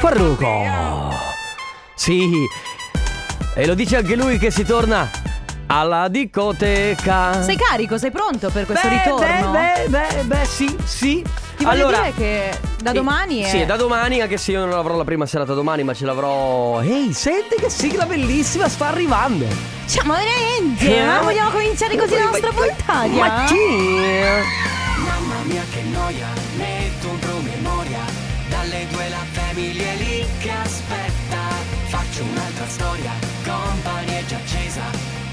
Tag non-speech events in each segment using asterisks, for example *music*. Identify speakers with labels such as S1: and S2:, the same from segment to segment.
S1: Farruco. Sì. E lo dice anche lui che si torna alla dicoteca.
S2: Sei carico, sei pronto per questo
S1: beh,
S2: ritorno?
S1: Beh, beh, beh, beh, sì, sì.
S2: Ti voglio
S1: allora,
S2: dire che da
S1: sì,
S2: domani è...
S1: Sì, da domani, anche se io non avrò la prima serata domani, ma ce l'avrò. Ehi, senti che sigla bellissima sta arrivando.
S2: Cioè, ma veramente? Ma eh? vogliamo cominciare così la nostra puntata?
S1: Eh? Ma chi?
S3: Mamma mia che noia, metto un promemoria Dalle due la famiglia è lì che aspetta Faccio un'altra storia, company è già accesa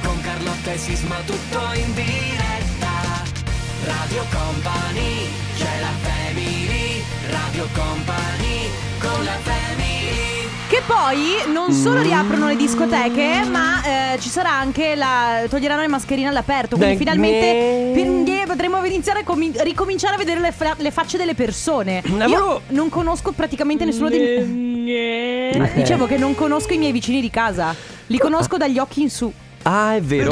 S3: Con Carlotta e Sisma tutto in diretta Radio Company, c'è la family Radio Company, con la family
S2: Che poi non
S1: Mm.
S2: solo riaprono le discoteche, ma eh, ci sarà anche la. toglieranno le mascherine all'aperto. Quindi
S1: Dai,
S2: finalmente
S1: me-
S2: quindi potremo iniziare a comi- ricominciare a vedere le, fra- le facce delle persone.
S1: Ma
S2: Io
S1: proprio-
S2: non conosco praticamente nessuno dei.
S1: Eh.
S2: Dicevo che non conosco i miei vicini di casa. Li conosco dagli occhi in su.
S1: Ah, è vero.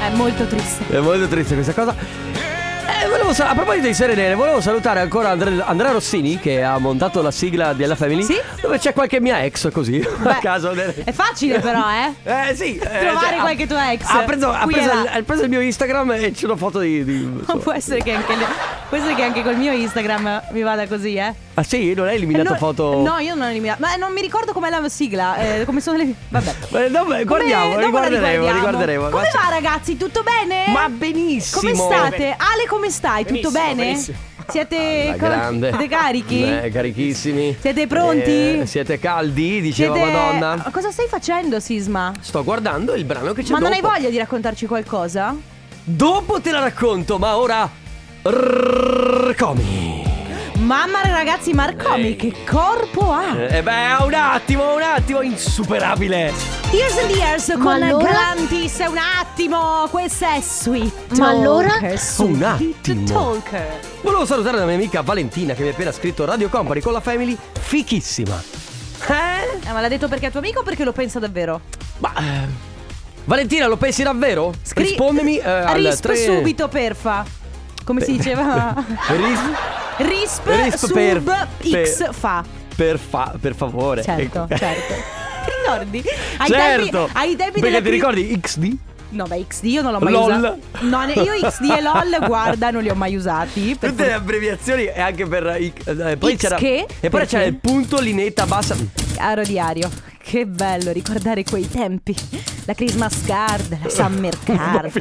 S2: È molto triste.
S1: È molto triste questa cosa. Eh, volevo sa- a proposito di serie nere, volevo salutare ancora Andre- Andrea Rossini che ha montato la sigla della Family.
S2: Sì.
S1: Dove c'è qualche mia ex così. *laughs* a
S2: Beh,
S1: caso.
S2: È facile, però, eh.
S1: Eh sì. eh,
S2: Trovare
S1: ha-
S2: qualche tua ex.
S1: Ha preso, ha
S2: Qui e
S1: preso
S2: là.
S1: il, eh, ha preso il mio Instagram e c'è una foto di. di-
S2: Ma
S1: insomma.
S2: *laughs* può essere che anche, le- può essere che anche col mio Instagram mi vada così, eh.
S1: Ah sì, non hai eliminato
S2: No,
S1: foto.
S2: No, io non ho eliminato. Ma non mi ricordo com'è la sigla. eh, come sono le. Vabbè.
S1: Beh, Eh, no, beh, guardiamo,
S2: Come- dopo la
S1: riguarderemo, riguarderemo.
S2: Come
S1: Ma c'è-
S2: va, ragazzi? Tutto bene?
S1: Ma benissimo.
S2: Come state? Ale, come stai? Tutto
S4: Benissimo,
S2: bene?
S4: benissimo.
S2: Siete,
S1: Alla
S2: co-
S1: grande.
S2: siete carichi?
S1: Eh, carichissimi.
S2: Siete pronti?
S1: Eh, siete caldi, diceva
S2: Siete...
S1: Madonna.
S2: Cosa stai facendo, Sisma?
S1: Sto guardando il brano che c'è
S2: Ma non hai
S1: dopo.
S2: voglia di raccontarci qualcosa?
S1: Dopo te la racconto, ma ora. Rrrr, Comi.
S2: Mamma ragazzi, Marcomi, che corpo ha!
S1: Eh beh, un attimo, un attimo, insuperabile.
S2: Years and Years con
S5: allora?
S2: Galantis, un attimo, questa è Sweet
S5: Ma allora?
S2: Talker, Sweet
S1: Un attimo.
S2: Talker.
S1: Volevo salutare la mia amica Valentina che mi ha appena scritto Radio Company con la Family. Fichissima. Eh?
S2: Eh, ma l'ha detto perché è tuo amico o perché lo pensa davvero?
S1: Ma. eh, Valentina, lo pensi davvero?
S2: Scri-
S1: Rispondimi eh, al
S2: Risp
S1: tre-
S2: subito, perfa. Come si
S1: *laughs*
S2: diceva?
S1: Risp.
S2: Risp,
S1: Risp
S2: sub
S1: per-
S2: X
S1: per-
S2: fa.
S1: Per, fa- per favore.
S2: Certo,
S1: Ecco. *laughs*
S2: certo. Ti ricordi? Ai
S1: certo.
S2: tempi, ai
S1: Perché
S2: tempi della
S1: ti
S2: cri-
S1: ricordi XD?
S2: No, beh, XD io non l'ho mai
S1: LOL.
S2: usato. No, ne- io XD e LOL, guarda, non li ho mai usati. per
S1: Tutte le abbreviazioni e anche per eh, eh, poi
S2: X
S1: c'era
S2: che?
S1: E poi
S2: Perché?
S1: c'era il punto linetta bassa.
S2: Caro diario, che bello ricordare quei tempi. La Christmas card,
S1: *laughs*
S2: la Summer card,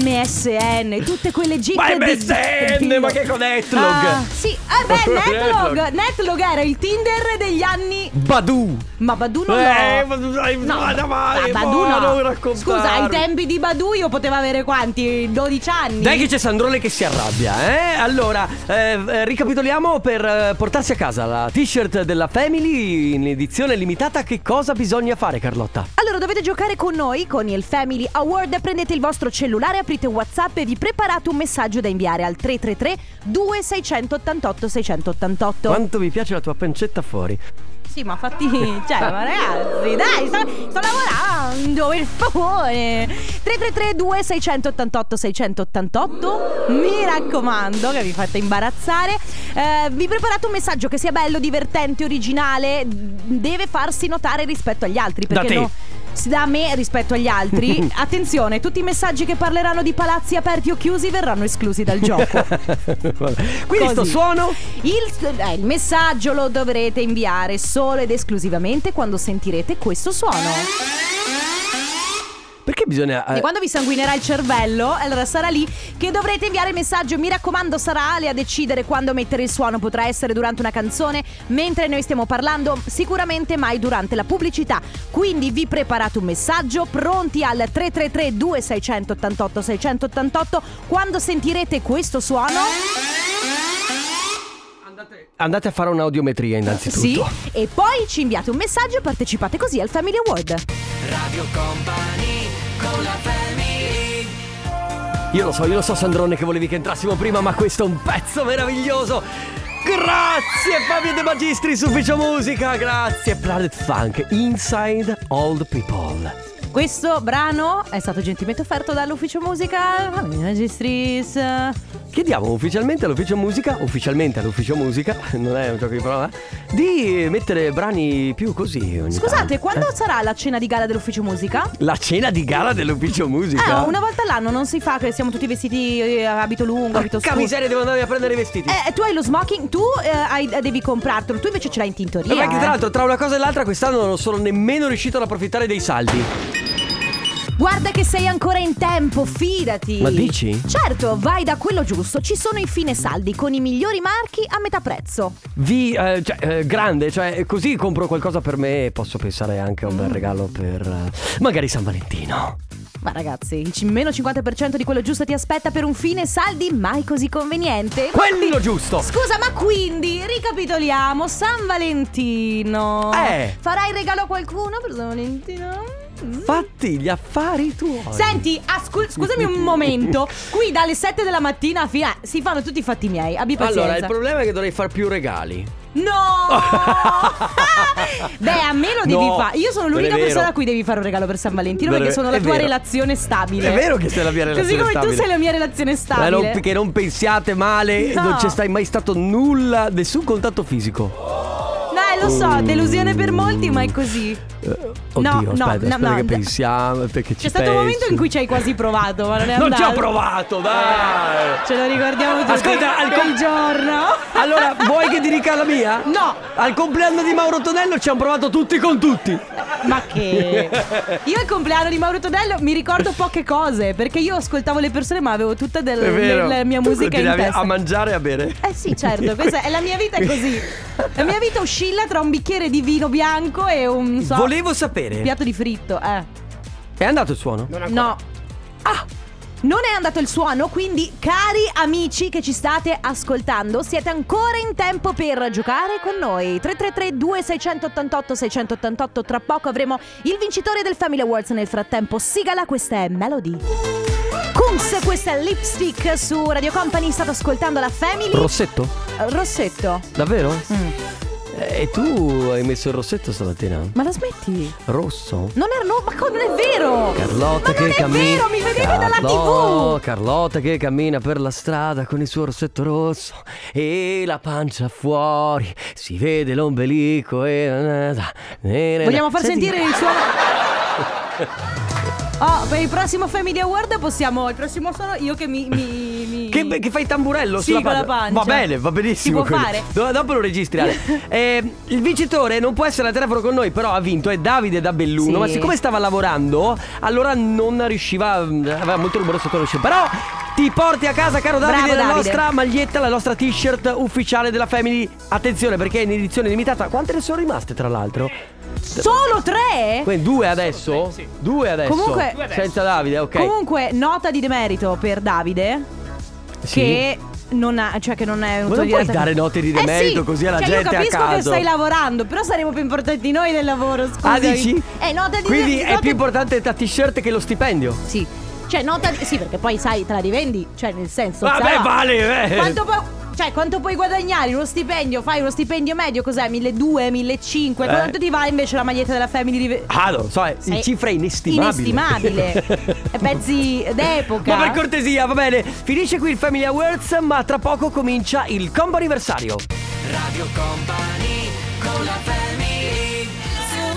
S2: MSN, tutte quelle gite
S1: Ma
S2: di-
S1: MSN,
S2: di-
S1: ma che con Netlog?
S2: Ah, sì, eh beh, Netlog,
S1: *laughs* Netlog.
S2: Netlog era il Tinder degli anni...
S1: Badu.
S2: Ma Badu non
S1: eh,
S2: l'ho-
S1: ma tu dai,
S2: No,
S1: ma dai,
S2: ma Badu
S1: ma non
S2: no.
S1: raccontarmi.
S2: Scusa, ai tempi di Badu io potevo avere quanti? 12 anni?
S1: Dai che c'è Sandrone che si arrabbia, eh? Allora, eh, eh, ricapitoliamo per eh, portarsi a casa la t-shirt della Family in edizione limitata. Che cosa bisogna fare, Carlotta?
S2: Allora dovete giocare con noi con il Family Award. Prendete il vostro cellulare, aprite WhatsApp e vi preparate un messaggio da inviare al 333 2688 688.
S1: Quanto mi piace la tua pancetta fuori. *laughs*
S2: Sì, ma fatti, *laughs* cioè, ma ragazzi, dai, sto, sto lavorando, per favore. 333 2688 688. Mi raccomando che vi fate imbarazzare. Eh, vi preparate un messaggio che sia bello, divertente, originale, deve farsi notare rispetto agli altri,
S1: Da
S2: perché
S1: te.
S2: no s- da me rispetto
S1: *laughs*
S2: agli altri. Attenzione, tutti i messaggi che parleranno di palazzi aperti o chiusi verranno esclusi dal gioco.
S1: Quindi sto
S2: Così.
S1: suono
S2: Il, eh, il messaggio lo dovrete inviare solo ed esclusivamente quando sentirete questo suono.
S1: Perché bisogna
S2: E
S1: eh,
S2: quando vi sanguinerà il cervello, allora sarà lì che dovrete inviare il messaggio. Mi raccomando, sarà Ale a decidere quando mettere il suono. Potrà essere durante una canzone, mentre noi stiamo parlando, sicuramente mai durante la pubblicità. Quindi vi preparate un messaggio pronti al 333 2688 688 quando sentirete questo suono.
S1: Andate a fare un'audiometria
S2: Sì,
S1: innanzitutto
S2: e poi ci inviate un messaggio e partecipate così al Family Award.
S3: Radio Company, con la family
S1: Io lo so, io lo so Sandrone che volevi che entrassimo prima Ma questo è un pezzo meraviglioso Grazie Fabio De Magistri su Ufficio Musica Grazie Planet Funk Inside Old People
S2: Questo brano è stato gentilmente offerto dall'ufficio musica Magistris.
S1: Chiediamo ufficialmente all'ufficio musica, ufficialmente all'ufficio musica, *laughs* non è un gioco di prova, di mettere brani più così. ogni
S2: Scusate,
S1: tanto.
S2: quando
S1: Eh?
S2: sarà la cena di gala dell'ufficio musica?
S1: La cena di gara dell'ufficio musica.
S2: Eh, una volta all'anno non si fa che siamo tutti vestiti eh, abito lungo, abito
S1: Porca
S2: scuro.
S1: miseria, devo andare a prendere i vestiti.
S2: Eh, tu hai lo smoking, tu eh, hai- devi comprartelo, tu invece ce l'hai in tintoria.
S1: Ma anche tra
S2: eh.
S1: l'altro, tra una cosa e l'altra, quest'anno non sono nemmeno riuscito ad approfittare dei saldi.
S2: Guarda che sei ancora in tempo, fidati.
S1: Ma dici?
S2: Certo, vai da quello giusto. Ci sono i fine saldi con i migliori marchi a metà prezzo.
S1: Vi, eh, cioè, eh, grande, cioè, così compro qualcosa per me e posso pensare anche a
S2: Mm.
S1: un bel regalo per eh, magari San Valentino.
S2: Ma ragazzi, il c- meno 50% di quello giusto ti aspetta per un fine saldi mai così conveniente.
S1: Quello giusto!
S2: Scusa, ma quindi ricapitoliamo: San Valentino.
S1: Eh.
S2: Farai regalo a qualcuno per San Valentino? Mm.
S1: Fatti gli affari tuoi.
S2: Senti, ascol- scusami
S1: *laughs*
S2: un momento. Qui dalle 7 della mattina a fine si fanno tutti i fatti miei. Abbi pazienza.
S1: Allora, il problema è che dovrei far più regali. Eh,
S2: No! *laughs* Beh, a me lo devi
S1: No,
S2: fare. Io sono
S1: non è
S2: l'unica
S1: vero.
S2: persona a cui devi fare un regalo per San Valentino
S1: Non è
S2: perché
S1: ve-
S2: sono
S1: è
S2: la tua
S1: vero.
S2: relazione stabile.
S1: È vero che sei la mia relazione
S2: Così come
S1: stabile.
S2: tu sei la mia relazione
S1: Ma
S2: stabile.
S1: non- che non pensiate male,
S2: No.
S1: non c'è stai mai stato nulla, nessun contatto fisico.
S2: Dai, lo so,
S1: Mm.
S2: delusione per molti, ma è così.
S1: Eh, oddio,
S2: No, no,
S1: aspetta,
S2: no,
S1: aspetta
S2: no,
S1: che
S2: d-
S1: pensiamo, perché
S2: C'è
S1: ci
S2: stato un momento
S1: penso.
S2: in cui ci hai quasi provato, ma non è
S1: Non
S2: andato.
S1: ci ho provato, dai!
S2: Ce lo ricordiamo tutti.
S1: Ascolta, al
S2: quel
S1: com-
S2: giorno.
S1: Allora, vuoi che ti dica la mia?
S2: No.
S1: Al compleanno di Mauro Tonello ci hanno provato tutti con tutti.
S2: Ma
S1: *laughs*
S2: che? Io il compleanno di Mauro Tonello mi ricordo poche cose perché io ascoltavo le persone ma avevo tutta del- la mia
S1: Tu Ah,
S2: musica in
S1: continuavi
S2: testa.
S1: a mangiare e a bere.
S2: Eh sì, certo, questa è la mia vita è così. La mia vita oscilla tra un bicchiere di vino bianco e un non so,
S1: Volevo sapere.
S2: piatto di fritto, eh.
S1: È andato il suono?
S2: No. Ah! Non è andato il suono, quindi cari amici che ci state ascoltando, siete ancora in tempo per giocare con noi. 333 2688 688 tra poco avremo il vincitore del Family Awards nel frattempo. Sigala, questa è Melody. Kunz, questa è Lipstick su Radio Company, state ascoltando la Family
S1: Rossetto?
S2: Rossetto.
S1: Davvero? Eh, E tu hai messo il rossetto stamattina?
S2: Ma la smetti?
S1: Rosso?
S2: Non è, no, ma co- non è vero!
S1: Carlotta
S2: ma non
S1: che
S2: è
S1: cammina.
S2: vero, mi vedevi dalla
S1: Carlo-
S2: TV!
S1: Carlotta che cammina per la strada con il suo rossetto rosso e la pancia fuori. Si vede l'ombelico e.
S2: Vogliamo far sentire
S1: *laughs*
S2: il suono? Oh, per il prossimo Family Award possiamo. Il prossimo sono io che mi. mi, mi-
S1: Che, che fai il tamburello
S2: Sì,
S1: sulla
S2: con la pancia.
S1: Va bene, va benissimo.
S2: Si può
S1: quello.
S2: fare.
S1: Do- dopo lo registri.
S2: *laughs*
S1: Ale. Eh, il vincitore non può essere al telefono con noi, però ha vinto. È Davide da Belluno.
S2: Sì.
S1: Ma siccome stava lavorando, allora non riusciva. mm, Aveva molto rumore sotto lo sci. Però ti porti a casa, caro Davide,
S2: Bravo,
S1: la
S2: Davide.
S1: nostra maglietta, la nostra t-shirt ufficiale della Family. Attenzione perché è in edizione limitata. Quante ne sono rimaste, tra l'altro?
S2: Solo tre?
S1: Que- due adesso? Due adesso.
S2: Comunque- Due
S1: Senza Davide, ok.
S2: Comunque, nota di demerito per Davide.
S1: Sì.
S2: Che. Non ha, cioè che non è un Eh
S1: Ma non puoi dare note di demerito così alla gente a
S2: cioè, Io capisco che
S1: caso.
S2: stai lavorando, però saremo più importanti noi del lavoro, scusa.
S1: Ah, dici?
S2: Eh, nota di
S1: Quindi è
S2: note-
S1: più importante la t-shirt che lo stipendio.
S2: Sì. Cioè, nota. Sì, perché poi sai, te la rivendi. Cioè, nel senso.
S1: Vabbè,
S2: sarà-
S1: vale, eh.
S2: Quanto puoi. Cioè, quanto puoi guadagnare in uno stipendio? Fai uno stipendio medio, cos'è? 1200, 1500?
S1: Eh.
S2: Quanto ti va invece la maglietta della Family di Ve-
S1: Ah, no, so, è
S2: Sei-
S1: in cifra è inestimabile. *laughs*
S2: Inestimabile. E Pezzi d'epoca.
S1: Ma per cortesia, va bene. Finisce qui il Family Awards, ma tra poco comincia il combo anniversario.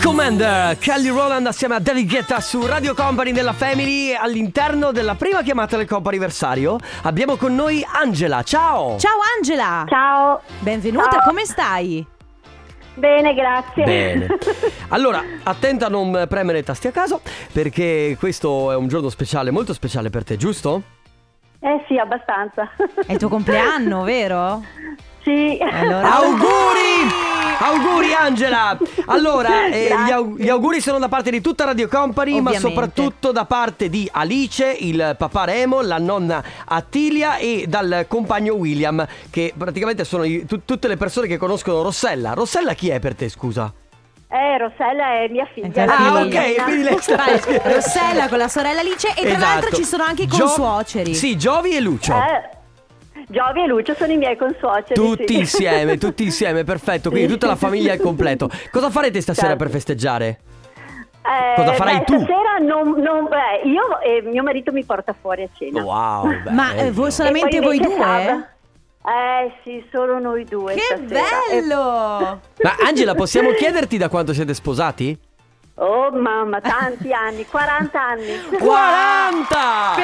S1: Commander, Kelly Rowland assieme a David Guetta su Radio Company della Family all'interno della prima chiamata del combo anniversario. Abbiamo con noi Angela. Ciao!
S2: Ciao Angela.
S4: Ciao,
S2: Benvenuta,
S4: Ciao.
S2: come stai?
S4: bene, grazie.
S2: *laughs*
S1: Bene. Allora, attenta a non premere i tasti a caso, perché questo è un giorno speciale, molto speciale per te, giusto?
S4: *laughs* eh sì, abbastanza.
S2: È il tuo compleanno, vero?
S4: *laughs* Sì.
S2: Allora-
S1: Auguri! Auguri Angela! Allora, eh, gli, au- gli auguri sono da parte di tutta Radio Company,
S2: Ovviamente.
S1: ma soprattutto da parte di Alice, il papà Remo, la nonna Attilia e dal compagno William, che praticamente sono i- tu- tutte le persone che conoscono Rossella. Rossella chi è per te, scusa?
S4: *laughs* Eh, Rossella è mia figlia.
S2: È tua
S4: la
S1: Ah,
S2: figlia.
S4: bambina.
S1: ok, quindi lei sta
S2: *laughs* Vai, Rossella con la sorella Alice e tra
S1: Esatto.
S2: l'altro ci sono anche i
S1: Gio-
S2: consuoceri.
S1: Sì, Giovi e Lucio.
S4: Eh, Giovi e Lucio sono i miei consuoceri.
S1: Tutti
S4: sì. *laughs*
S1: insieme, tutti insieme, perfetto. Quindi
S4: Sì.
S1: tutta la famiglia al completo. Cosa farete stasera
S4: Certo.
S1: per festeggiare?
S4: *laughs* Eh,
S1: Cosa farai
S4: beh,
S1: tu?
S4: Stasera non, non- beh, io e mio marito mi porta fuori a cena.
S1: Oh, Wow,
S2: Ma eh,
S1: bello.
S2: voi solamente
S4: E poi
S2: voi
S4: invece
S2: due?
S4: sabato- Eh sì, solo noi due
S2: Che
S4: stasera.
S2: bello!
S1: Ma Angela, possiamo chiederti da quanto siete sposati?
S4: E- Oh mamma, tanti anni, 40 anni.
S1: 40!
S2: Però,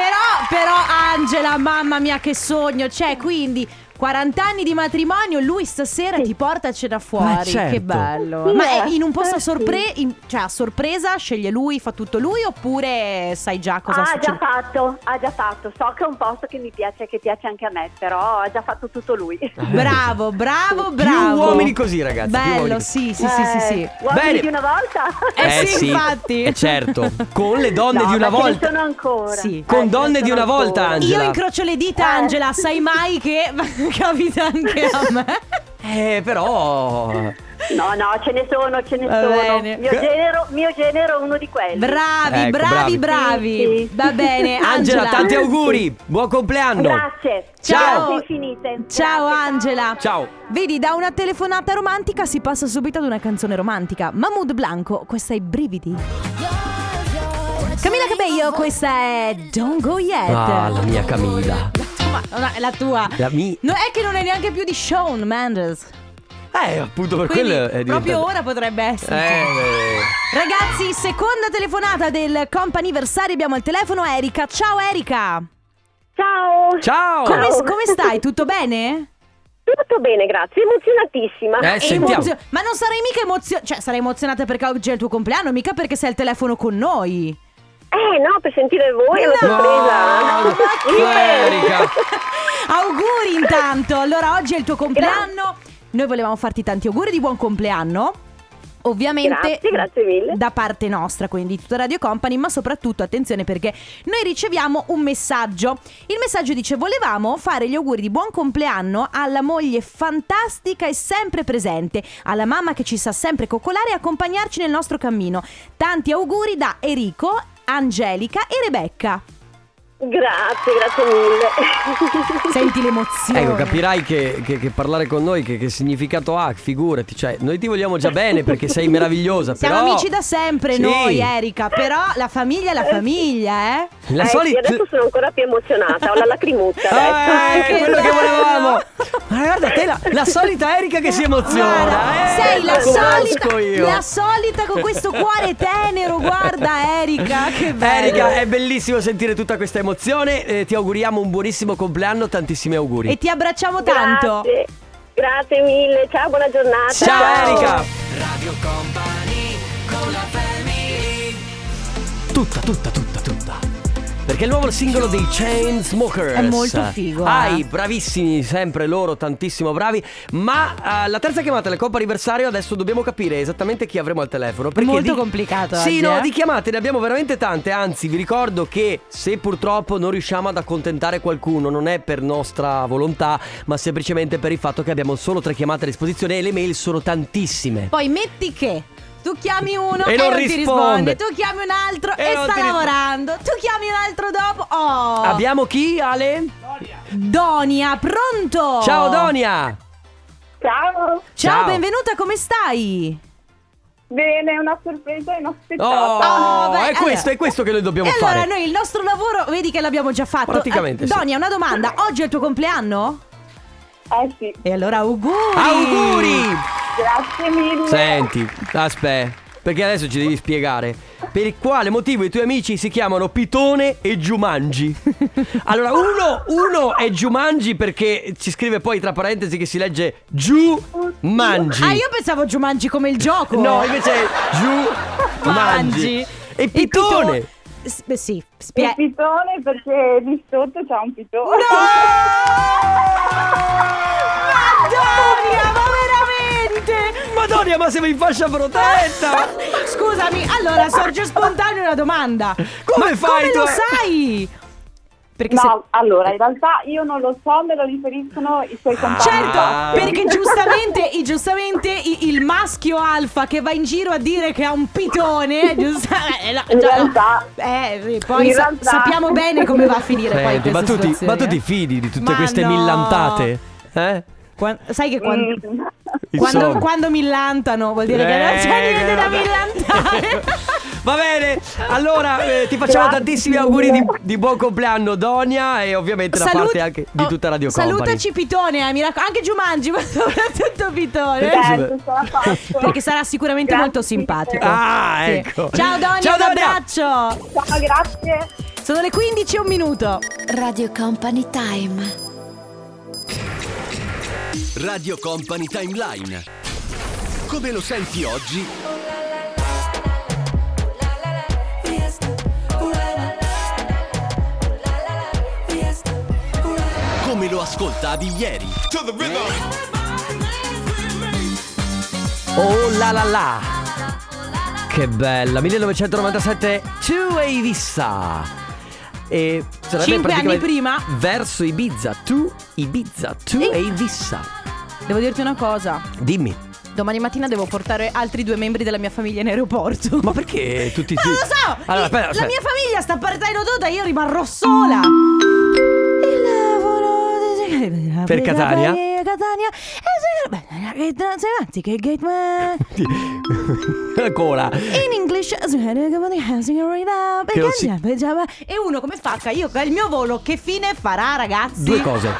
S2: però Angela, mamma mia che sogno Cioè quindi 40 anni di matrimonio Lui stasera ti porta a cena fuori
S1: certo.
S2: Che bello
S4: Sì,
S2: Ma è
S4: eh,
S2: in un posto a,
S4: eh, sì.
S2: sorpre- in- cioè, a sorpresa Sceglie lui, fa tutto lui Oppure sai già cosa
S4: ha
S2: succede
S4: Ah, già fatto, ha già fatto. So che è un posto che mi piace, che piace anche a me, però ha già fatto tutto lui.
S2: Bravo, bravo, bravo
S1: Più uomini così, ragazzi. più uomini
S2: Bello,
S1: così.
S2: sì, sì, sì, sì, sì.
S4: Eh, uomini
S1: Bene.
S4: di una volta?
S2: Eh sì, infatti.
S1: eh certo. Con le donne
S4: No,
S1: di una
S4: ma ce ne
S1: volta.
S4: sono ancora.
S2: Sì.
S4: Eh,
S1: Con
S4: ce ne
S1: donne di
S4: sono
S1: una volta,
S4: ancora.
S1: Angela.
S2: Io incrocio le dita,
S4: Eh.
S2: Angela, sai mai che *laughs* capita anche a me.
S1: Eh, però.
S4: No, no, ce ne sono, ce ne
S2: Va
S4: sono.
S2: bene.
S4: Mio genero, mio genero è uno di quelli.
S2: Bravi,
S1: Ecco, bravi.
S2: bravi, bravi,
S4: Sì, sì.
S2: Va bene,
S1: Angela,
S2: Angela.
S1: tanti auguri. Buon compleanno.
S4: Grazie.
S1: Ciao.
S4: Grazie infinite.
S2: Ciao
S4: Grazie.
S2: Angela.
S1: Ciao.
S2: Vedi, da una telefonata romantica si passa subito ad una canzone romantica. Mahmood Blanco, questa è Brividi. Camilla Cabello, questa è Don't Go Yet.
S1: Ah, la mia Camilla.
S2: Ma- ma è la tua.
S1: La mia.
S2: No, è che non è neanche più di Shawn Mendes.
S1: Eh, appunto per
S2: Quindi
S1: quello è diventato.
S2: proprio ora cioè. potrebbe essere.
S1: Eh,
S2: Ragazzi, seconda telefonata del comp'anniversario abbiamo al telefono Erika. Ciao Erika.
S5: Ciao!
S1: Ciao.
S2: Come, come stai? Tutto bene?
S5: Tutto bene, grazie, emozionatissima.
S1: Eh, sentiamo.
S2: Emozio- Ma non sarei mica emozionata. Cioè, sarei emozionata perché oggi è il tuo compleanno, mica perché sei al telefono con noi.
S5: Eh no, per sentire voi è
S2: No.
S5: una sorpresa.
S1: No, Erika.
S2: *laughs* auguri intanto. Allora, oggi è il tuo compleanno. Noi volevamo farti tanti auguri di buon compleanno. Ovviamente
S5: Grazie, grazie mille.
S2: da parte nostra, quindi di tutta Radio Company, ma soprattutto attenzione perché noi riceviamo un messaggio. Il messaggio dice "Volevamo fare gli auguri di buon compleanno alla moglie fantastica e sempre presente, alla mamma che ci sa sempre coccolare e accompagnarci nel nostro cammino. Tanti auguri da Enrico, Angelica e Rebecca."
S5: Grazie, grazie mille. *laughs*
S2: Senti l'emozione.
S1: Ecco, capirai che, che- che parlare con noi che, che significato ha, figurati, cioè noi ti vogliamo già bene perché sei meravigliosa,
S2: Siamo
S1: però-
S2: amici da sempre
S1: Sì.
S2: noi, eh. Erika, però la famiglia è la famiglia, eh?
S1: La
S5: Eh,
S1: soli-
S5: sì, adesso sono ancora più emozionata, ho la lacrimuzza
S1: Ah,
S5: adesso.
S1: è
S2: che
S1: quello che
S2: bello!
S1: volevamo. Ma guarda te la, la solita Erika che si
S2: Guarda,
S1: emoziona, eh,
S2: sei la
S1: conosco
S2: solita,
S1: io.
S2: la solita con questo cuore tenero, guarda Erika, che bello.
S1: Erika, è bellissimo sentire tutta questa emozione. eh, ti auguriamo un buonissimo compleanno, tantissimi auguri.
S2: E ti abbracciamo tanto.
S5: Grazie. Grazie mille, ciao, buona giornata.
S1: Ciao Erika! Tutta, tutta, tutta, tutta. Perché è il nuovo singolo dei Chainsmokers
S2: È molto figo, eh.
S1: Ai, bravissimi, sempre loro, tantissimo bravi. Ma eh, la terza chiamata del Coppa Anniversario, adesso dobbiamo capire esattamente chi avremo al telefono. Perché
S2: Molto
S1: di-
S2: complicato
S1: Sì,
S2: oggi,
S1: no,
S2: eh.
S1: di chiamate ne abbiamo veramente tante. Anzi, vi ricordo che se purtroppo non riusciamo ad accontentare qualcuno, non è per nostra volontà, ma semplicemente per il fatto che abbiamo solo tre chiamate a disposizione e le mail sono tantissime.
S2: Poi metti che tu chiami uno
S1: E
S2: e,
S1: non
S2: ti
S1: risponde.
S2: risponde, tu chiami un altro
S1: E
S2: e,
S1: non ti
S2: sta
S1: risponde.
S2: lavorando, tu chiami un altro dopo. Oh!
S1: Abbiamo chi, Ale?
S2: Donia, pronto?
S1: Ciao Donia!
S4: Ciao.
S2: Ciao,
S1: Ciao.
S2: benvenuta, come stai?
S4: Bene, una sorpresa inaspettata.
S1: Oh,
S2: beh,
S1: è questo,
S2: allora-
S1: è questo che noi dobbiamo
S2: e
S1: fare.
S2: allora noi il nostro lavoro, vedi che l'abbiamo già fatto.
S1: Praticamente
S2: Eh,
S1: sì.
S2: Donia, una domanda. Oggi è il tuo compleanno?
S4: Eh sì,
S2: E allora auguri!
S1: Auguri!
S4: grazie mille.
S1: Senti, aspetta, perché adesso ci devi spiegare per quale motivo i tuoi amici si chiamano Pitone e Giumangi. Allora, uno, uno è Giumangi perché ci scrive poi tra parentesi che si legge Giumangi.
S2: Ah, io pensavo Giumangi come il gioco.
S1: No, invece è Giumangi. E Pitone.
S2: S- beh, sì,
S4: Il
S2: spie-
S4: pitone perché lì sotto c'è un pitone.
S2: Ma Donia, ma veramente!
S1: Madonna, ma siamo in fascia
S2: *laughs*
S1: protetta!
S2: Scusami, allora sorge spontanea una domanda.
S1: Come
S2: Ma
S1: fai
S2: come
S1: tu
S2: lo
S1: a-
S2: sai? Perché se-
S4: No, allora, in realtà io non lo so, me lo riferiscono i suoi compagni.
S2: Certo,
S1: Ah.
S2: perché giustamente, i- giustamente i- il maschio alfa che va in giro a dire che ha un
S4: *laughs*
S2: pitone, giusta- eh, no,
S4: In
S2: già-
S4: realtà-
S2: eh, sì, poi
S4: in
S2: sa-
S4: realtà-
S2: sappiamo bene come va a finire poi
S1: Senti,
S2: questa
S1: Eh, ma tu, ti,
S2: situazione,
S1: ma tu ti
S2: eh.
S1: fidi di tutte
S2: Ma
S1: queste
S2: no.
S1: millantate? Eh?
S2: Qua- sai che quan- quando,
S4: Mm.
S1: Insomma.
S2: quando millantano vuol dire che non c'è
S1: Eh,
S2: niente
S1: che
S2: da
S1: vabbè. *laughs*
S2: millantare.
S1: Va bene, allora eh, ti facciamo
S5: Grazie
S1: tantissimi auguri di, di buon compleanno Donia e ovviamente da
S2: Salut-
S1: parte anche di
S2: oh,
S1: tutta Radio Company.
S2: Salutaci Pitone, eh, mi raccomando. Anche Giumangi, *laughs* ma soprattutto
S4: Eh,
S2: Pitone.
S1: Perché?
S5: Certo, ce la faccio.
S2: Perché sarà sicuramente
S5: Grazie
S2: molto
S5: mille.
S2: simpatico.
S1: Ah,
S2: Sì.
S1: ecco.
S2: Ciao Donia,
S1: Ciao,
S2: un
S1: Donia.
S2: abbraccio.
S5: Ciao, grazie.
S2: Sono le 15 e un minuto.
S6: Radio Company Time.
S3: Radio Company Timeline. Come lo senti oggi? Come lo ascoltavi ieri?
S1: Oh la la la. Che bella, 1997 To Ibiza. E sarebbe
S2: Cinque
S1: praticamente
S2: anni prima.
S1: Verso Ibiza, tu Ibiza, tu
S2: Sì.
S1: e Ibiza.
S2: Devo dirti una cosa.
S1: Dimmi, *laughs*
S2: Domani mattina devo portare altri due membri della mia famiglia in aeroporto.
S1: ma perché tutti
S2: Non lo so!
S1: Allora,
S2: I-
S1: aspetta,
S2: la
S1: aspetta.
S2: mia famiglia sta partendo tutta, io rimarrò sola. Il lavoro
S1: Per Catania?
S2: Per Catania. Eh, E se- beh, avanti, che gateman.
S1: La cola.
S2: In English
S1: Che non si-
S2: E uno come facca io il mio volo che fine farà, ragazzi?
S1: Due cose.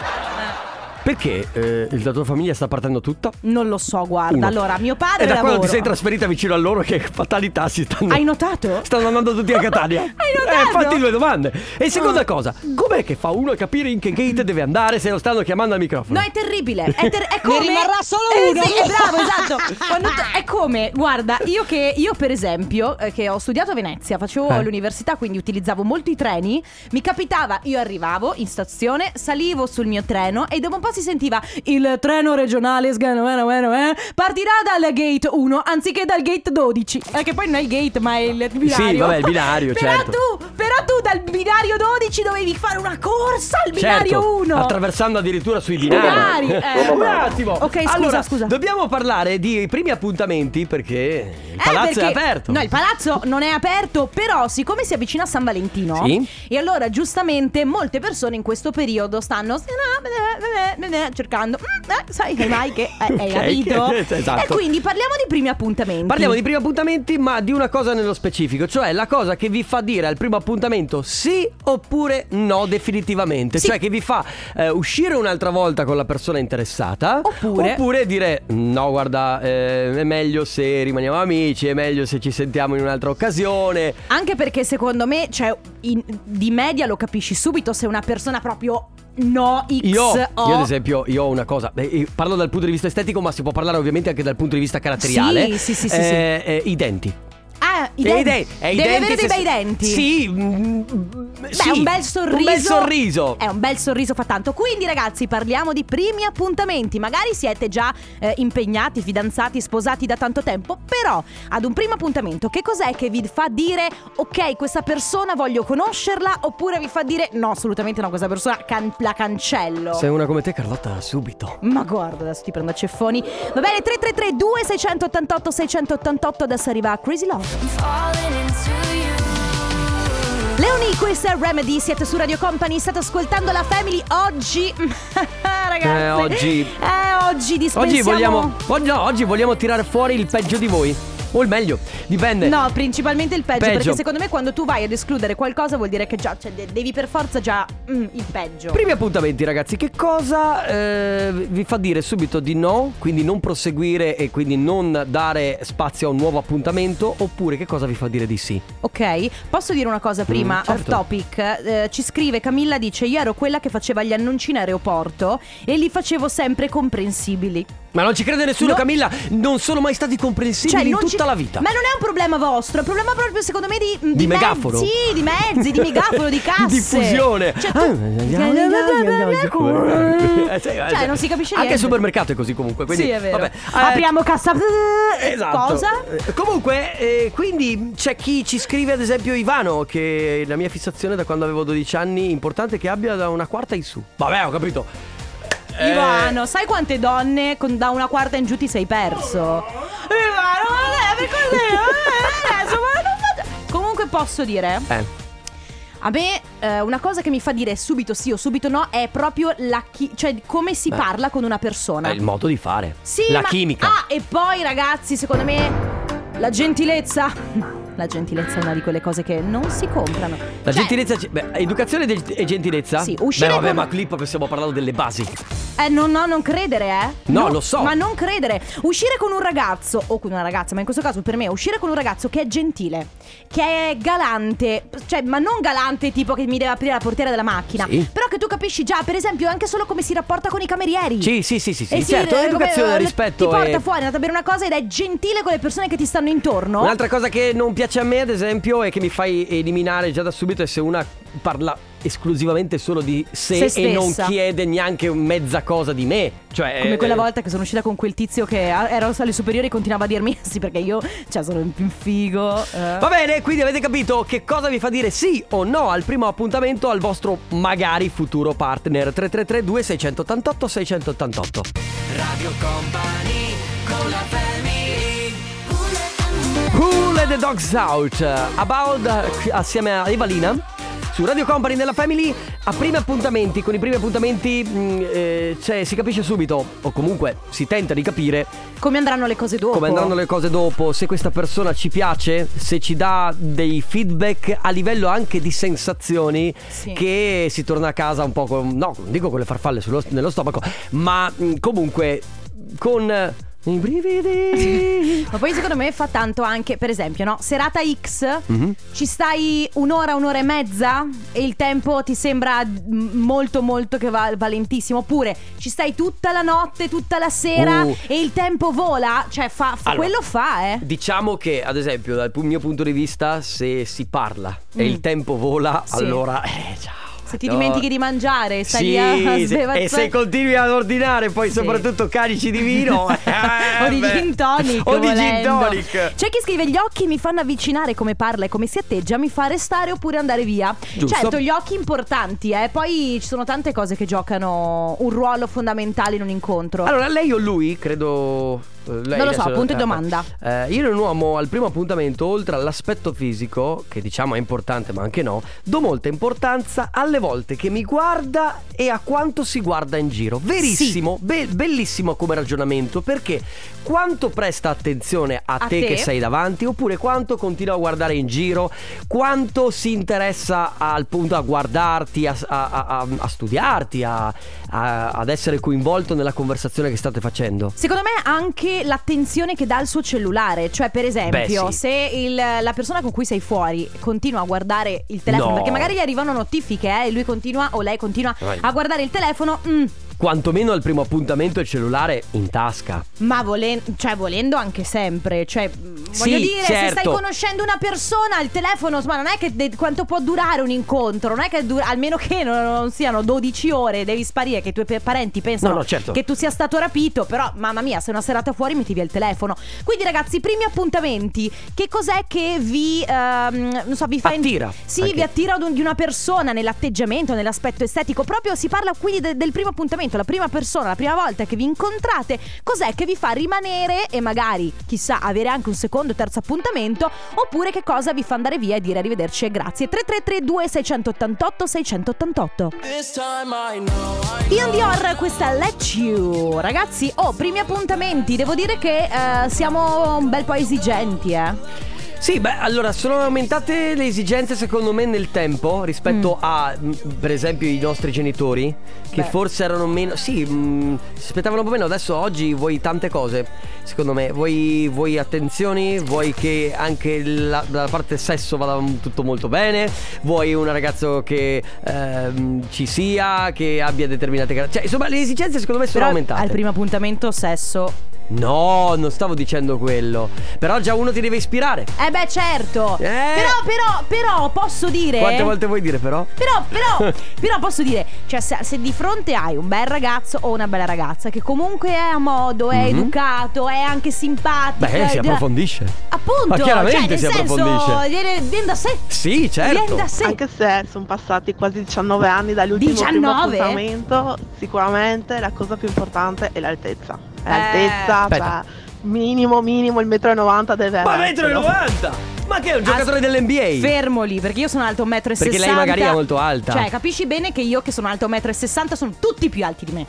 S1: Perché eh, la tua famiglia sta partendo tutta?
S2: Non lo so, guarda.
S1: Uno.
S2: Allora, mio padre
S1: E da
S2: lavora.
S1: quando ti sei trasferita vicino a loro che fatalità si stanno
S2: Hai notato?
S1: Stanno andando
S2: *laughs*
S1: tutti a Catania.
S2: Hai notato?
S1: Eh, fatti due domande. E seconda
S2: Ah.
S1: cosa, com'è che fa uno a capire in che gate deve andare se lo stanno chiamando al microfono?
S2: No, è terribile. È, ter-
S1: *laughs*
S2: è come.
S7: rimarrà solo
S2: Eh,
S7: uno.
S2: sì, è bravo, esatto. Quando tu- è come, guarda, io che io, per esempio, eh, che ho studiato a Venezia, facevo
S1: Eh.
S2: l'università, quindi utilizzavo molto i treni. Mi capitava, io arrivavo in stazione, salivo sul mio treno e dopo un po' si sentiva il treno regionale sgano, eh, no, eh, no, eh, partirà dal gate 1 anziché dal gate 12. Eh, che poi non è il gate, ma è il binario.
S1: vabbè, il binario,
S2: *laughs* però
S1: certo.
S2: Tu, però tu dal binario 12 dovevi fare una corsa al binario
S1: certo,
S2: 1.
S1: Attraversando addirittura sui
S2: Binari,
S1: binari.
S2: eh.
S1: Un attimo.
S2: Ok, scusa,
S1: allora,
S2: scusa.
S1: Dobbiamo parlare di primi appuntamenti perché il
S2: Eh,
S1: palazzo
S2: perché-
S1: è aperto.
S2: No, il palazzo non è aperto, però siccome si avvicina San Valentino,
S1: Sì.
S2: e allora giustamente molte persone in questo periodo stanno cercando, mm, eh, sai che
S1: *laughs*
S2: mai che eh, hai
S1: Ok,
S2: capito?
S1: che- *laughs* esatto.
S2: E quindi parliamo di primi appuntamenti.
S1: Parliamo di primi appuntamenti, ma di una cosa nello specifico, cioè la cosa che vi fa dire al primo appuntamento sì oppure no definitivamente,
S2: Sì.
S1: cioè che vi fa eh, uscire un'altra volta con la persona interessata
S2: Oppure-
S1: dire no guarda eh, è meglio se rimaniamo amici, è meglio se ci sentiamo in un'altra occasione.
S2: Anche perché secondo me, cioè, in- di media lo capisci subito se una persona proprio no X
S1: Io, io
S2: o-
S1: ad esempio, io ho una cosa, beh, io parlo dal punto di vista estetico ma si può parlare ovviamente anche dal punto di vista caratteriale,
S2: Sì, sì, sì, sì,
S1: Eh,
S2: sì.
S1: eh, i denti.
S2: Ah, i
S1: E
S2: denti.
S1: i denti- e eh, i
S2: Devi
S1: denti
S2: avere dei
S1: se-
S2: bei denti.
S1: Sì, mm,
S2: Beh,
S1: sì.
S2: un bel sorriso. Eh,
S1: Un bel sorriso.
S2: È un bel sorriso fa tanto. Quindi, ragazzi, parliamo di primi appuntamenti. Magari siete già eh, impegnati, fidanzati, sposati da tanto tempo. Però, ad un primo appuntamento, che cos'è che vi fa dire ok, questa persona voglio conoscerla? Oppure vi fa dire no, assolutamente no, questa persona can- la cancello.
S1: Sei una come te, Carlotta, subito.
S2: Ma guarda, adesso ti prendo a ceffoni. Va bene, 333 2688 688 adesso arriva Crazy Love. Leoni, questa è Remedy, siete su Radio Company, state ascoltando la Family oggi. *laughs* Ragazzi.
S1: Eh, oggi.
S2: Eh, oggi dispensiamo.
S1: Oggi vogliamo, oggi, no, oggi vogliamo tirare fuori il peggio di voi. O il meglio, dipende.
S2: No, principalmente il peggio,
S1: Peggio.
S2: perché secondo me quando tu vai ad escludere qualcosa vuol dire che già cioè, de- devi per forza già mm, il peggio.
S1: Primi appuntamenti, ragazzi, che cosa eh, vi fa dire subito di no? Quindi non proseguire e quindi non dare spazio a un nuovo appuntamento? Oppure che cosa vi fa dire di sì?
S2: Ok, posso dire una cosa prima,
S1: Mm, certo.
S2: off topic? Eh, ci scrive Camilla, dice io ero quella che faceva gli annuncini in aeroporto e li facevo sempre comprensibili.
S1: Ma non ci crede nessuno,
S2: No.
S1: Camilla. Non sono mai stati comprensibili in
S2: Cioè, non
S1: tutta
S2: ci-
S1: la vita.
S2: Ma non è un problema vostro, è un problema proprio secondo me di... Di,
S1: megafono.
S2: Mezzi, di mezzi, di megafono, di
S1: *laughs*
S2: casse.
S1: Di Ah, diffusione.
S2: Cioè, tu-
S1: Eh, sì, eh,
S2: Cioè,
S1: sì.
S2: non si capisce niente.
S1: Anche il supermercato è così comunque. Quindi,
S2: Sì, è vero.
S1: vabbè. Eh,
S2: Apriamo cassa...
S1: Esatto.
S2: Cosa?
S1: Eh, Comunque, eh, quindi c'è chi ci scrive, ad esempio, Ivano, che la mia fissazione da quando avevo 12 anni, importante che abbia da una quarta in su. Vabbè, ho capito. Eh,
S2: Ivano, sai quante donne con- da una quarta in giù ti sei perso? Ivano, vabbè, per così, vabbè, adesso, ma non faccio- Comunque posso dire,
S1: Eh,
S2: a me eh, una cosa che mi fa dire subito sì o subito no è proprio la chi- cioè come si parla con una persona.
S1: è il modo di fare.
S2: Sì,
S1: La
S2: ma-
S1: chimica.
S2: Ah, e poi ragazzi, secondo me la gentilezza *laughs* La gentilezza è una di quelle cose che non si comprano.
S1: La
S2: Cioè,
S1: gentilezza. ci- Beh, educazione de- e gentilezza?
S2: Sì, uscire
S1: Beh, vabbè,
S2: con-
S1: ma qui proprio stiamo parlando delle basi.
S2: Eh, no, no, non credere, eh.
S1: No, lo so.
S2: Ma non credere. Uscire con un ragazzo, o con una ragazza, ma in questo caso per me, uscire con un ragazzo che è gentile, che è galante, cioè, ma non galante tipo che mi deve aprire la portiera della macchina.
S1: Sì.
S2: Però che tu capisci già, per esempio, anche solo come si rapporta con i camerieri.
S1: Sì, sì, sì, sì, sì.
S2: E si-
S1: certo,
S2: eh,
S1: educazione,
S2: come-
S1: rispetto.
S2: Ti porta
S1: e-
S2: fuori, è andata a bere una cosa ed è gentile con le persone che ti stanno intorno.
S1: Un'altra cosa che non piace a me, ad esempio, e che mi fai eliminare già da subito è se una parla esclusivamente solo di sé
S2: Se
S1: e non
S2: stessa.
S1: chiede neanche mezza cosa di me. Cioè,
S2: Come
S1: eh,
S2: quella volta che sono uscita con quel tizio che a- era alle superiori e continuava a dirmi *laughs* sì perché io cioè, sono il più figo. eh.
S1: Va bene, quindi avete capito che cosa vi fa dire sì o no al primo appuntamento al vostro magari futuro partner 333 2688 688. Radio Company con la Cool and the Dogs Out About assieme a Evalina su Radio Company nella Family a primi appuntamenti, con i primi appuntamenti mh, eh, cioè, si capisce subito o comunque si tenta di capire
S2: Come andranno le cose dopo?
S1: come andranno le cose dopo, se questa persona ci piace, se ci dà dei feedback a livello anche di sensazioni
S2: Sì.
S1: che si torna a casa un po' con, no, non dico con le farfalle sullo- nello stomaco, ma mh, comunque con eh, i
S2: *laughs*
S1: brividi.
S2: Ma poi secondo me fa tanto anche, per esempio, no? Serata X,
S1: Mhm.
S2: ci stai un'ora, un'ora e mezza e il tempo ti sembra m- molto molto che va, va lentissimo, oppure ci stai tutta la notte, tutta la sera
S1: Uh.
S2: e il tempo vola, cioè fa, fa-
S1: Allora.
S2: quello fa, eh.
S1: Diciamo che, ad esempio, dal pu- mio punto di vista, se si parla e
S2: Mm.
S1: il tempo vola,
S2: Sì.
S1: allora eh, ciao.
S2: Se ti
S1: No.
S2: dimentichi di mangiare, stai lì a- a *laughs*
S1: sì, sì.
S2: sbevazzare.
S1: E se continui ad ordinare poi
S2: Sì.
S1: soprattutto carici di
S2: *laughs*
S1: vino *laughs* eh,
S2: o di
S1: beh.
S2: gin tonic
S1: O di gin
S2: volendo.
S1: tonic
S2: C'è chi scrive Gli occhi mi fanno avvicinare come parla e come si atteggia Mi fa restare oppure andare via
S1: Giusto.
S2: Certo gli occhi importanti eh. Poi ci sono tante cose che giocano Un ruolo fondamentale in un incontro
S1: Allora lei o lui credo eh, lei
S2: Non lo so,
S1: adesso-
S2: punto e
S1: eh,
S2: domanda.
S1: eh, Io in un uomo al primo appuntamento oltre all'aspetto fisico Che diciamo è importante ma anche no Do molta importanza alle volte che mi guarda e a quanto si guarda in giro Verissimo, be- bellissimo come ragionamento Perché quanto presta attenzione a,
S2: A
S1: te,
S2: te.
S1: che sei davanti Oppure quanto continua a guardare in giro Quanto si interessa al punto a guardarti, a, a- a- a- a studiarti, a- a- ad essere coinvolto nella conversazione che state facendo
S2: Secondo me anche l'attenzione che dà il suo cellulare, cioè per esempio
S1: Beh, sì.
S2: se il- la persona con cui sei fuori continua a guardare il telefono,
S1: No.
S2: perché magari gli arrivano notifiche eh, e lui continua o lei continua
S1: Vai.
S2: a guardare il telefono, mm,
S1: Quantomeno al primo appuntamento il cellulare in tasca
S2: Ma volen- cioè, volendo anche sempre, cioè, mh,
S1: Sì,
S2: voglio dire, se stai
S1: certo.
S2: conoscendo una persona il telefono, ma non è che de- quanto può durare un incontro, non è che dura- almeno che non, non siano 12 ore, devi sparire, che i tuoi pe- parenti pensano
S1: No, no, certo.
S2: che tu sia stato rapito, però mamma mia, se una serata fuori metti via il telefono. Quindi ragazzi, primi appuntamenti, che cos'è che vi, ehm, non so, vi fa... in-
S1: Attira,
S2: Sì,
S1: anche.
S2: vi attira ad un- di una persona nell'atteggiamento, nell'aspetto estetico, proprio si parla quindi de- del primo appuntamento, la prima persona, la prima volta che vi incontrate, cos'è che vi fa rimanere e magari, chissà, avere anche un secondo, terzo appuntamento, oppure che cosa vi fa andare via e dire arrivederci e grazie. 3332 688 688. Ian Dior, questa è Let You. Ragazzi, oh, primi appuntamenti, devo dire che eh, siamo un bel po' esigenti, eh.
S1: Sì, beh, allora sono aumentate le esigenze secondo me nel tempo rispetto a, mh, per esempio, i nostri genitori che
S2: Beh.
S1: forse erano meno... Sì, mh, si aspettavano un po' meno, adesso oggi vuoi tante cose, secondo me, vuoi, vuoi attenzioni, vuoi che anche la, la parte sesso vada m- tutto molto bene, vuoi un ragazzo che ehm, ci sia, che abbia determinate caratteristiche, cioè insomma le esigenze secondo me sono
S2: Però
S1: aumentate.
S2: al primo appuntamento sesso
S1: No, non stavo dicendo quello, però già uno ti deve ispirare.
S2: Eh beh certo
S1: Eh.
S2: Però però però posso dire
S1: Quante volte vuoi dire però?
S2: Però
S1: *laughs*
S2: però però posso dire Cioè se, se di fronte hai un bel ragazzo o una bella ragazza Che comunque è a modo, è
S1: Mhm.
S2: educato, è anche simpatico eh,
S1: Beh, si approfondisce.
S2: Appunto
S1: Ma chiaramente
S2: cioè,
S1: si
S2: nel senso,
S1: approfondisce.
S2: viene, viene da sé
S1: Sì, certo.
S2: Viene da sé
S7: Anche se sono passati quasi 19 anni dall'ultimo primo
S2: 19?
S7: appuntamento, sicuramente la cosa più importante è l'altezza. È
S2: Eh.
S7: L'altezza,
S1: Aspetta.
S7: cioè, minimo, minimo il metro e 90 deve
S1: Ma metro
S7: essere.
S1: e 90! Ma che è un giocatore
S2: As-
S1: dell'NBA?
S2: Fermo lì, perché io sono alto 1,60 m.
S1: Perché lei magari è molto alta.
S2: Cioè, capisci bene che io che sono alto 1,60 m sono tutti più alti
S1: *laughs*
S2: di me.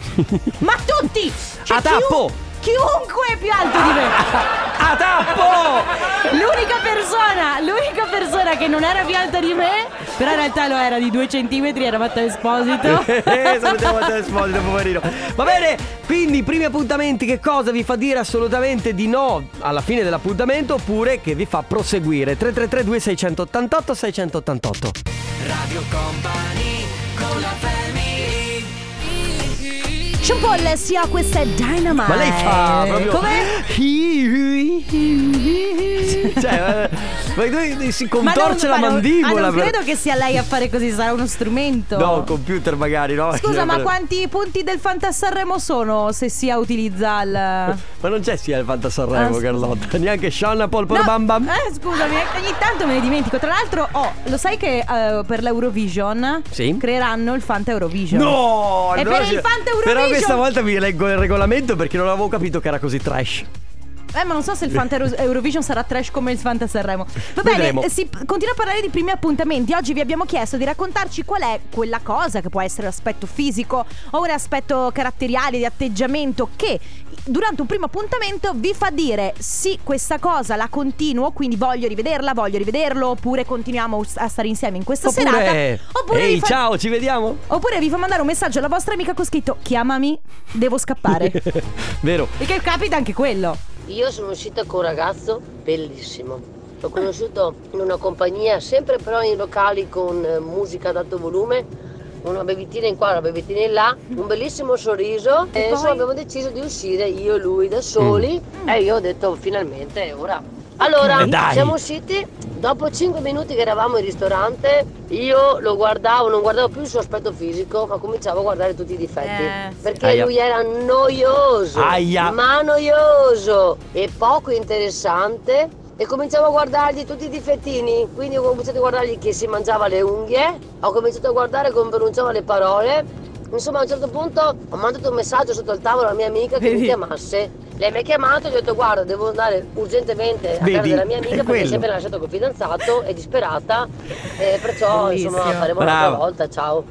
S2: Ma tutti! Cioè,
S1: A Ah, tappo! *laughs*
S2: chiun- Chiunque è più alto di me!
S1: A Ah, tappo!
S2: *laughs*
S1: *laughs*
S2: L'unica persona, l'unica persona che non era più alta di me, però in realtà lo era di due centimetri, era
S1: *laughs*
S2: Matteo Esposito.
S1: Eh, Salutiamo Matteo Esposito, poverino. Va bene, quindi primi appuntamenti che cosa vi fa dire assolutamente di no alla fine dell'appuntamento oppure che vi fa proseguire? 333 2688 688.
S2: Ciampolle sia questa è Dynamite.
S1: Ma lei
S2: Eh,
S1: fa proprio
S2: Come? *laughs*
S1: Cioè, eh, ma lui si contorce la mandibola
S2: Ma Ah, non
S1: per-
S2: credo che sia lei a fare così, sarà uno strumento.
S1: No, un computer magari, no?
S2: Scusa, ma
S1: Per-
S2: quanti punti del Fantasarremo sono se Sia utilizza il.
S1: Ma non c'è sia il Fanta Sanremo,
S2: Ah,
S1: Carlotta. Neanche Shanna Polpor
S2: No,
S1: Bam Bam.
S2: Eh, scusami, ogni tanto me ne dimentico. Tra l'altro, oh, lo sai che eh, per l'Eurovision
S1: Sì.
S2: creeranno il Fanta Eurovision?
S1: No!
S2: È
S1: allora
S2: per il
S1: c'è-
S2: Fanta Eurovision.
S1: Però questa volta vi leggo il regolamento perché non avevo capito che era così trash.
S2: Eh, ma non so se il Fanta Euro- Eurovision sarà trash come il Fanta Sanremo. Va
S1: Vedremo.
S2: bene, eh, si continua a parlare di primi appuntamenti. Oggi vi abbiamo chiesto di raccontarci qual è quella cosa che può essere l'aspetto fisico o un aspetto caratteriale di atteggiamento che durante un primo appuntamento vi fa dire sì, questa cosa la continuo, quindi voglio rivederla, voglio rivederlo, oppure continuiamo a stare insieme in questa
S1: Oppure...
S2: serata. Oppure
S1: Ehi,
S2: vi fa-
S1: ciao, ci vediamo.
S2: Oppure vi fa mandare un messaggio alla vostra amica con scritto chiamami, devo scappare.
S1: *laughs* Vero.
S2: Perché capita anche quello.
S8: Io sono uscita con un ragazzo bellissimo. L'ho conosciuto in una compagnia, sempre però in locali con eh, musica ad alto volume, una bevitina in qua, una bevitina in là, un bellissimo sorriso. E,
S2: poi?
S8: insomma abbiamo deciso di uscire io e lui da soli Mm. e io ho detto finalmente è ora. Allora,
S1: Ma dai!
S8: siamo usciti, dopo 5 minuti che eravamo in ristorante, io lo guardavo, non guardavo più il suo aspetto fisico, ma cominciavo a guardare tutti i difetti.
S2: Eh, sì.
S8: Perché
S1: Aia.
S8: lui era noioso,
S1: Aia.
S8: ma noioso e poco interessante e cominciavo a guardargli tutti i difettini, quindi ho cominciato a guardargli che si mangiava le unghie, ho cominciato a guardare come pronunciava le parole, insomma a un certo punto ho mandato un messaggio sotto il tavolo alla mia amica che mi
S2: Vedi?
S8: chiamasse, lei mi ha chiamato e gli ho detto guarda devo andare urgentemente a
S1: Vedi?
S8: casa della mia
S1: È
S8: amica perché
S1: quello.
S8: si è appena lasciato col fidanzato, è disperata e perciò insomma
S2: Bellissimo.
S8: faremo un'altra
S1: Brava.
S8: volta, ciao.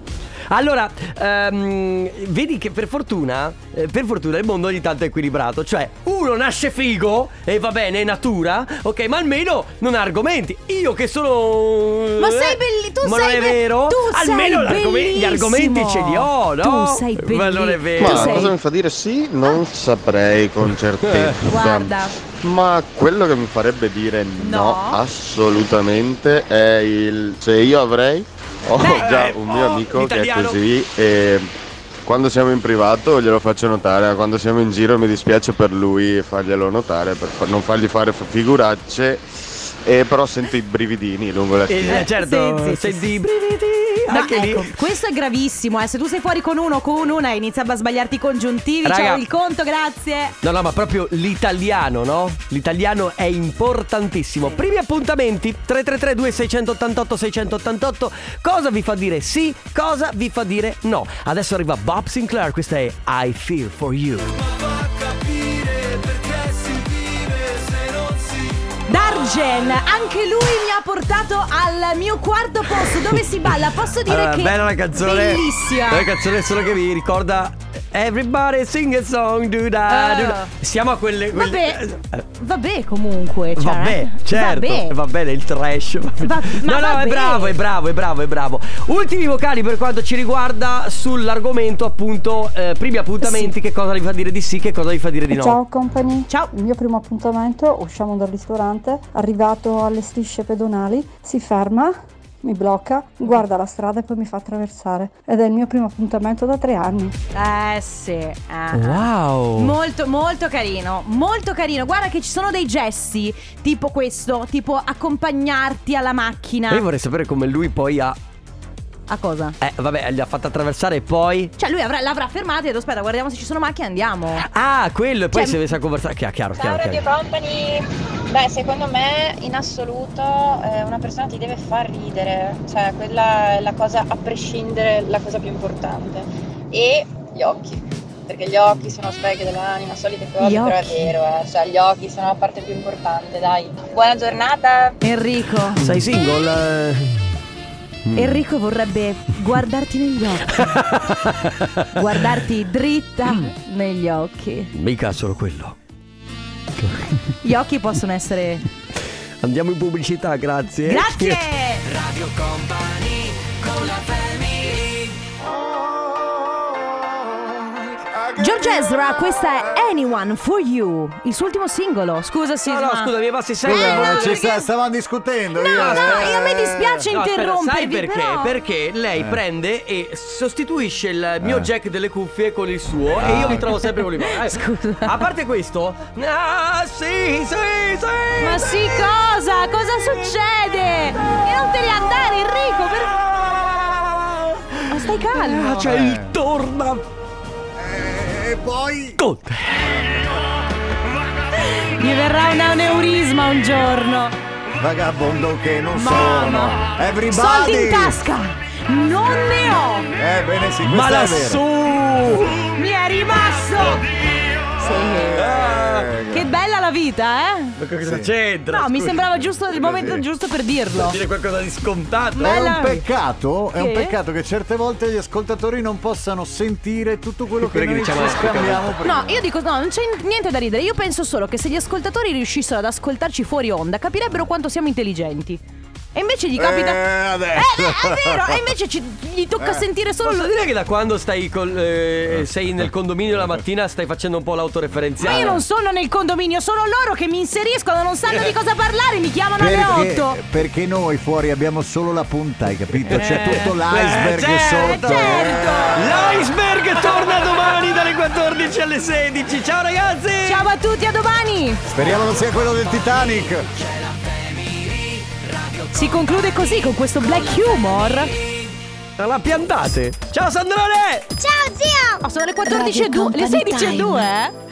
S1: Allora, ehm, vedi che per fortuna, eh, per fortuna il mondo ogni tanto è equilibrato. Cioè, uno nasce figo e va bene, è natura, ok, ma almeno non ha argomenti. Io che sono. eh,
S2: Ma sei belli- tu
S1: Ma
S2: sei
S1: non è
S2: be-
S1: vero?
S2: tu sei
S1: almeno l'argome- gli
S2: bellissimo.
S1: argomenti ce li ho, no?
S2: Tu sei
S1: Ma non è
S2: belli-
S1: vero.
S9: Ma
S2: Tu sei-
S9: cosa mi fa dire sì? Non saprei con certezza.
S2: Guarda.
S9: Ma quello che mi farebbe dire no,
S2: No.
S9: assolutamente è il se io avrei. Ho
S1: Beh,
S9: già
S1: eh,
S9: un mio
S1: oh,
S9: amico
S1: l'italiano.
S9: che è così e quando siamo in privato glielo faccio notare, ma quando siamo in giro mi dispiace per lui farglielo notare, per fa- non fargli fare f- figuracce, e però sento i brividini lungo la schiena.
S1: Eh, certo,
S2: sì, sì,
S1: senti
S2: sì,
S1: i brividi.
S2: No,
S1: anche
S2: ecco,
S1: lì.
S2: questo è gravissimo, eh. Se tu sei fuori con uno o con una e inizi a sbagliarti i congiuntivi,
S1: Raga.
S2: ciao il conto, grazie.
S1: No, no, ma proprio l'italiano, no? L'italiano è importantissimo. Primi appuntamenti 333 2688 688. Cosa vi fa dire sì? Cosa vi fa dire no? Adesso arriva Bob Sinclair, questa è I Feel for You.
S2: Dargen, anche lui mi ha portato al mio quarto posto dove si balla. Posso dire
S1: Allora,
S2: che
S1: Ah, bella la canzone.
S2: Bellissima.
S1: Bella canzone solo che mi ricorda Everybody sing a song, do da, do da. Siamo a quelle
S2: Ah. Vabbè,
S1: quelle- eh,
S2: vabbè comunque. Cioè,
S1: Vabbè, certo,
S2: Vabbè.
S1: va bene il trash. va bene.
S2: Va- ma
S1: no, no,
S2: vabbè.
S1: è bravo, è bravo, è bravo, è bravo. Ultimi vocali per quanto ci riguarda sull'argomento appunto eh, primi appuntamenti, che cosa vi fa dire di sì, che cosa vi fa dire di no.
S10: Ciao company,
S2: Ciao.
S10: il mio primo appuntamento, usciamo dal ristorante, arrivato alle strisce pedonali, si ferma, mi blocca, guarda la strada e poi mi fa attraversare ed è il mio primo appuntamento da tre anni.
S2: Eh sì. eh.
S1: Wow.
S2: Molto, molto carino, molto carino. Guarda che ci sono dei gesti tipo questo, tipo accompagnarti alla macchina.
S1: Io vorrei sapere come lui poi ha
S2: A cosa?
S1: eh vabbè, gli ha fatto attraversare e poi
S2: Cioè lui avrà- l'avrà fermata e ha detto aspetta guardiamo se ci sono macchine e andiamo.
S1: Ah, quello e poi
S2: Cioè-
S1: si avesse a conversare. Chiaro, chiaro,
S11: Ciao
S1: chiaro.
S11: Radio
S1: chiaro.
S11: Company! Beh, secondo me in assoluto eh, una persona ti deve far ridere, cioè quella è la cosa a prescindere, la cosa più importante. E gli occhi, perché gli occhi sono specchio dell'anima, solite cose,
S2: Gli
S11: però
S2: occhi.
S11: è vero, eh, cioè gli occhi sono la parte più importante, dai. Buona giornata!
S2: Enrico,
S1: Sei single? Eh,
S2: Enrico vorrebbe guardarti negli *laughs* occhi, guardarti dritta negli occhi.
S1: Mica solo quello.
S2: *laughs* Gli occhi possono essere
S1: Andiamo in pubblicità, grazie.
S2: Grazie!
S3: Radio Company con la family.
S2: George Ezra, questa è Anyone for You, il suo ultimo singolo. Scusa, Sisma.
S1: no, scusa, mi passi
S12: Scusa,
S1: sempre.
S12: ma
S1: no,
S12: ci
S1: perché-
S12: sta- stavamo discutendo.
S2: No,
S12: io,
S2: no, io- a me dispiace
S1: No, aspetta, Sai
S2: interrompervi,
S1: perché?
S2: però-
S1: Perché lei
S12: Eh.
S1: prende e sostituisce il mio
S12: Eh.
S1: jack delle cuffie con il suo
S12: Ah.
S1: e io mi trovo sempre con
S12: *laughs*
S1: lui. Eh,
S2: Scusa.
S1: A parte questo, ah, sì, sì, sì.
S2: Ma sì, cosa? Cosa succede? E non te ne andare, Enrico, per... Ma stai calmo.
S1: Ah, c'è Ah! il torna
S12: E poi
S1: Conte.
S2: Gli verrà un aneurisma un giorno.
S12: vagabondo che non
S2: Mamma.
S12: sono. Everybody.
S2: Soldi in tasca. Non ne ho.
S12: Eh, bene, sì,
S1: Ma
S12: questo è vero.
S1: lassù.
S2: Mi è rimasto.
S12: Eh.
S2: Sì. Che bella la vita, eh?
S1: Ma cosa c'entra?
S2: No, mi
S1: Scusa.
S2: sembrava giusto il momento
S12: Così.
S2: giusto per dirlo.
S1: Dire qualcosa di scontato.
S12: È
S2: Bella-
S12: un peccato, è un
S2: Che?
S12: peccato che certe volte gli ascoltatori non possano sentire tutto quello che
S1: Quello che
S12: noi ci
S1: diciamo alla
S12: scambiamo prima.
S2: No, io dico no, non c'è niente da ridere. Io penso solo che se gli ascoltatori riuscissero ad ascoltarci fuori onda, capirebbero quanto siamo intelligenti. E invece gli capita.
S12: Eh, adesso. Eh, diciamo?
S2: Eh, beh, è vero! E invece ci- gli tocca sentire solo.
S1: Posso dire che da quando stai col, eh, sei nel condominio
S12: *laughs*
S1: la mattina stai facendo un po' l'autoreferenziale?
S2: Ma io non sono nel condominio, sono loro che mi inseriscono, non sanno di cosa parlare, mi chiamano alle 8.
S12: Eh. Perché, perché noi fuori abbiamo solo la punta, hai capito? C'è tutto
S1: Eh,
S12: l'iceberg
S1: certo,
S12: sotto.
S2: certo.
S1: L'iceberg torna domani dalle 14 alle 16. Ciao ragazzi!
S2: Ciao a tutti, a domani!
S12: Speriamo non sia quello del Titanic.
S2: Si conclude così con questo black humor.
S1: La piantate! Ciao Sandrone!
S2: Ciao zio! Ah, sono le 14 e 2, le
S6: Radio Company
S2: 16 e
S6: Time.
S2: 2, eh?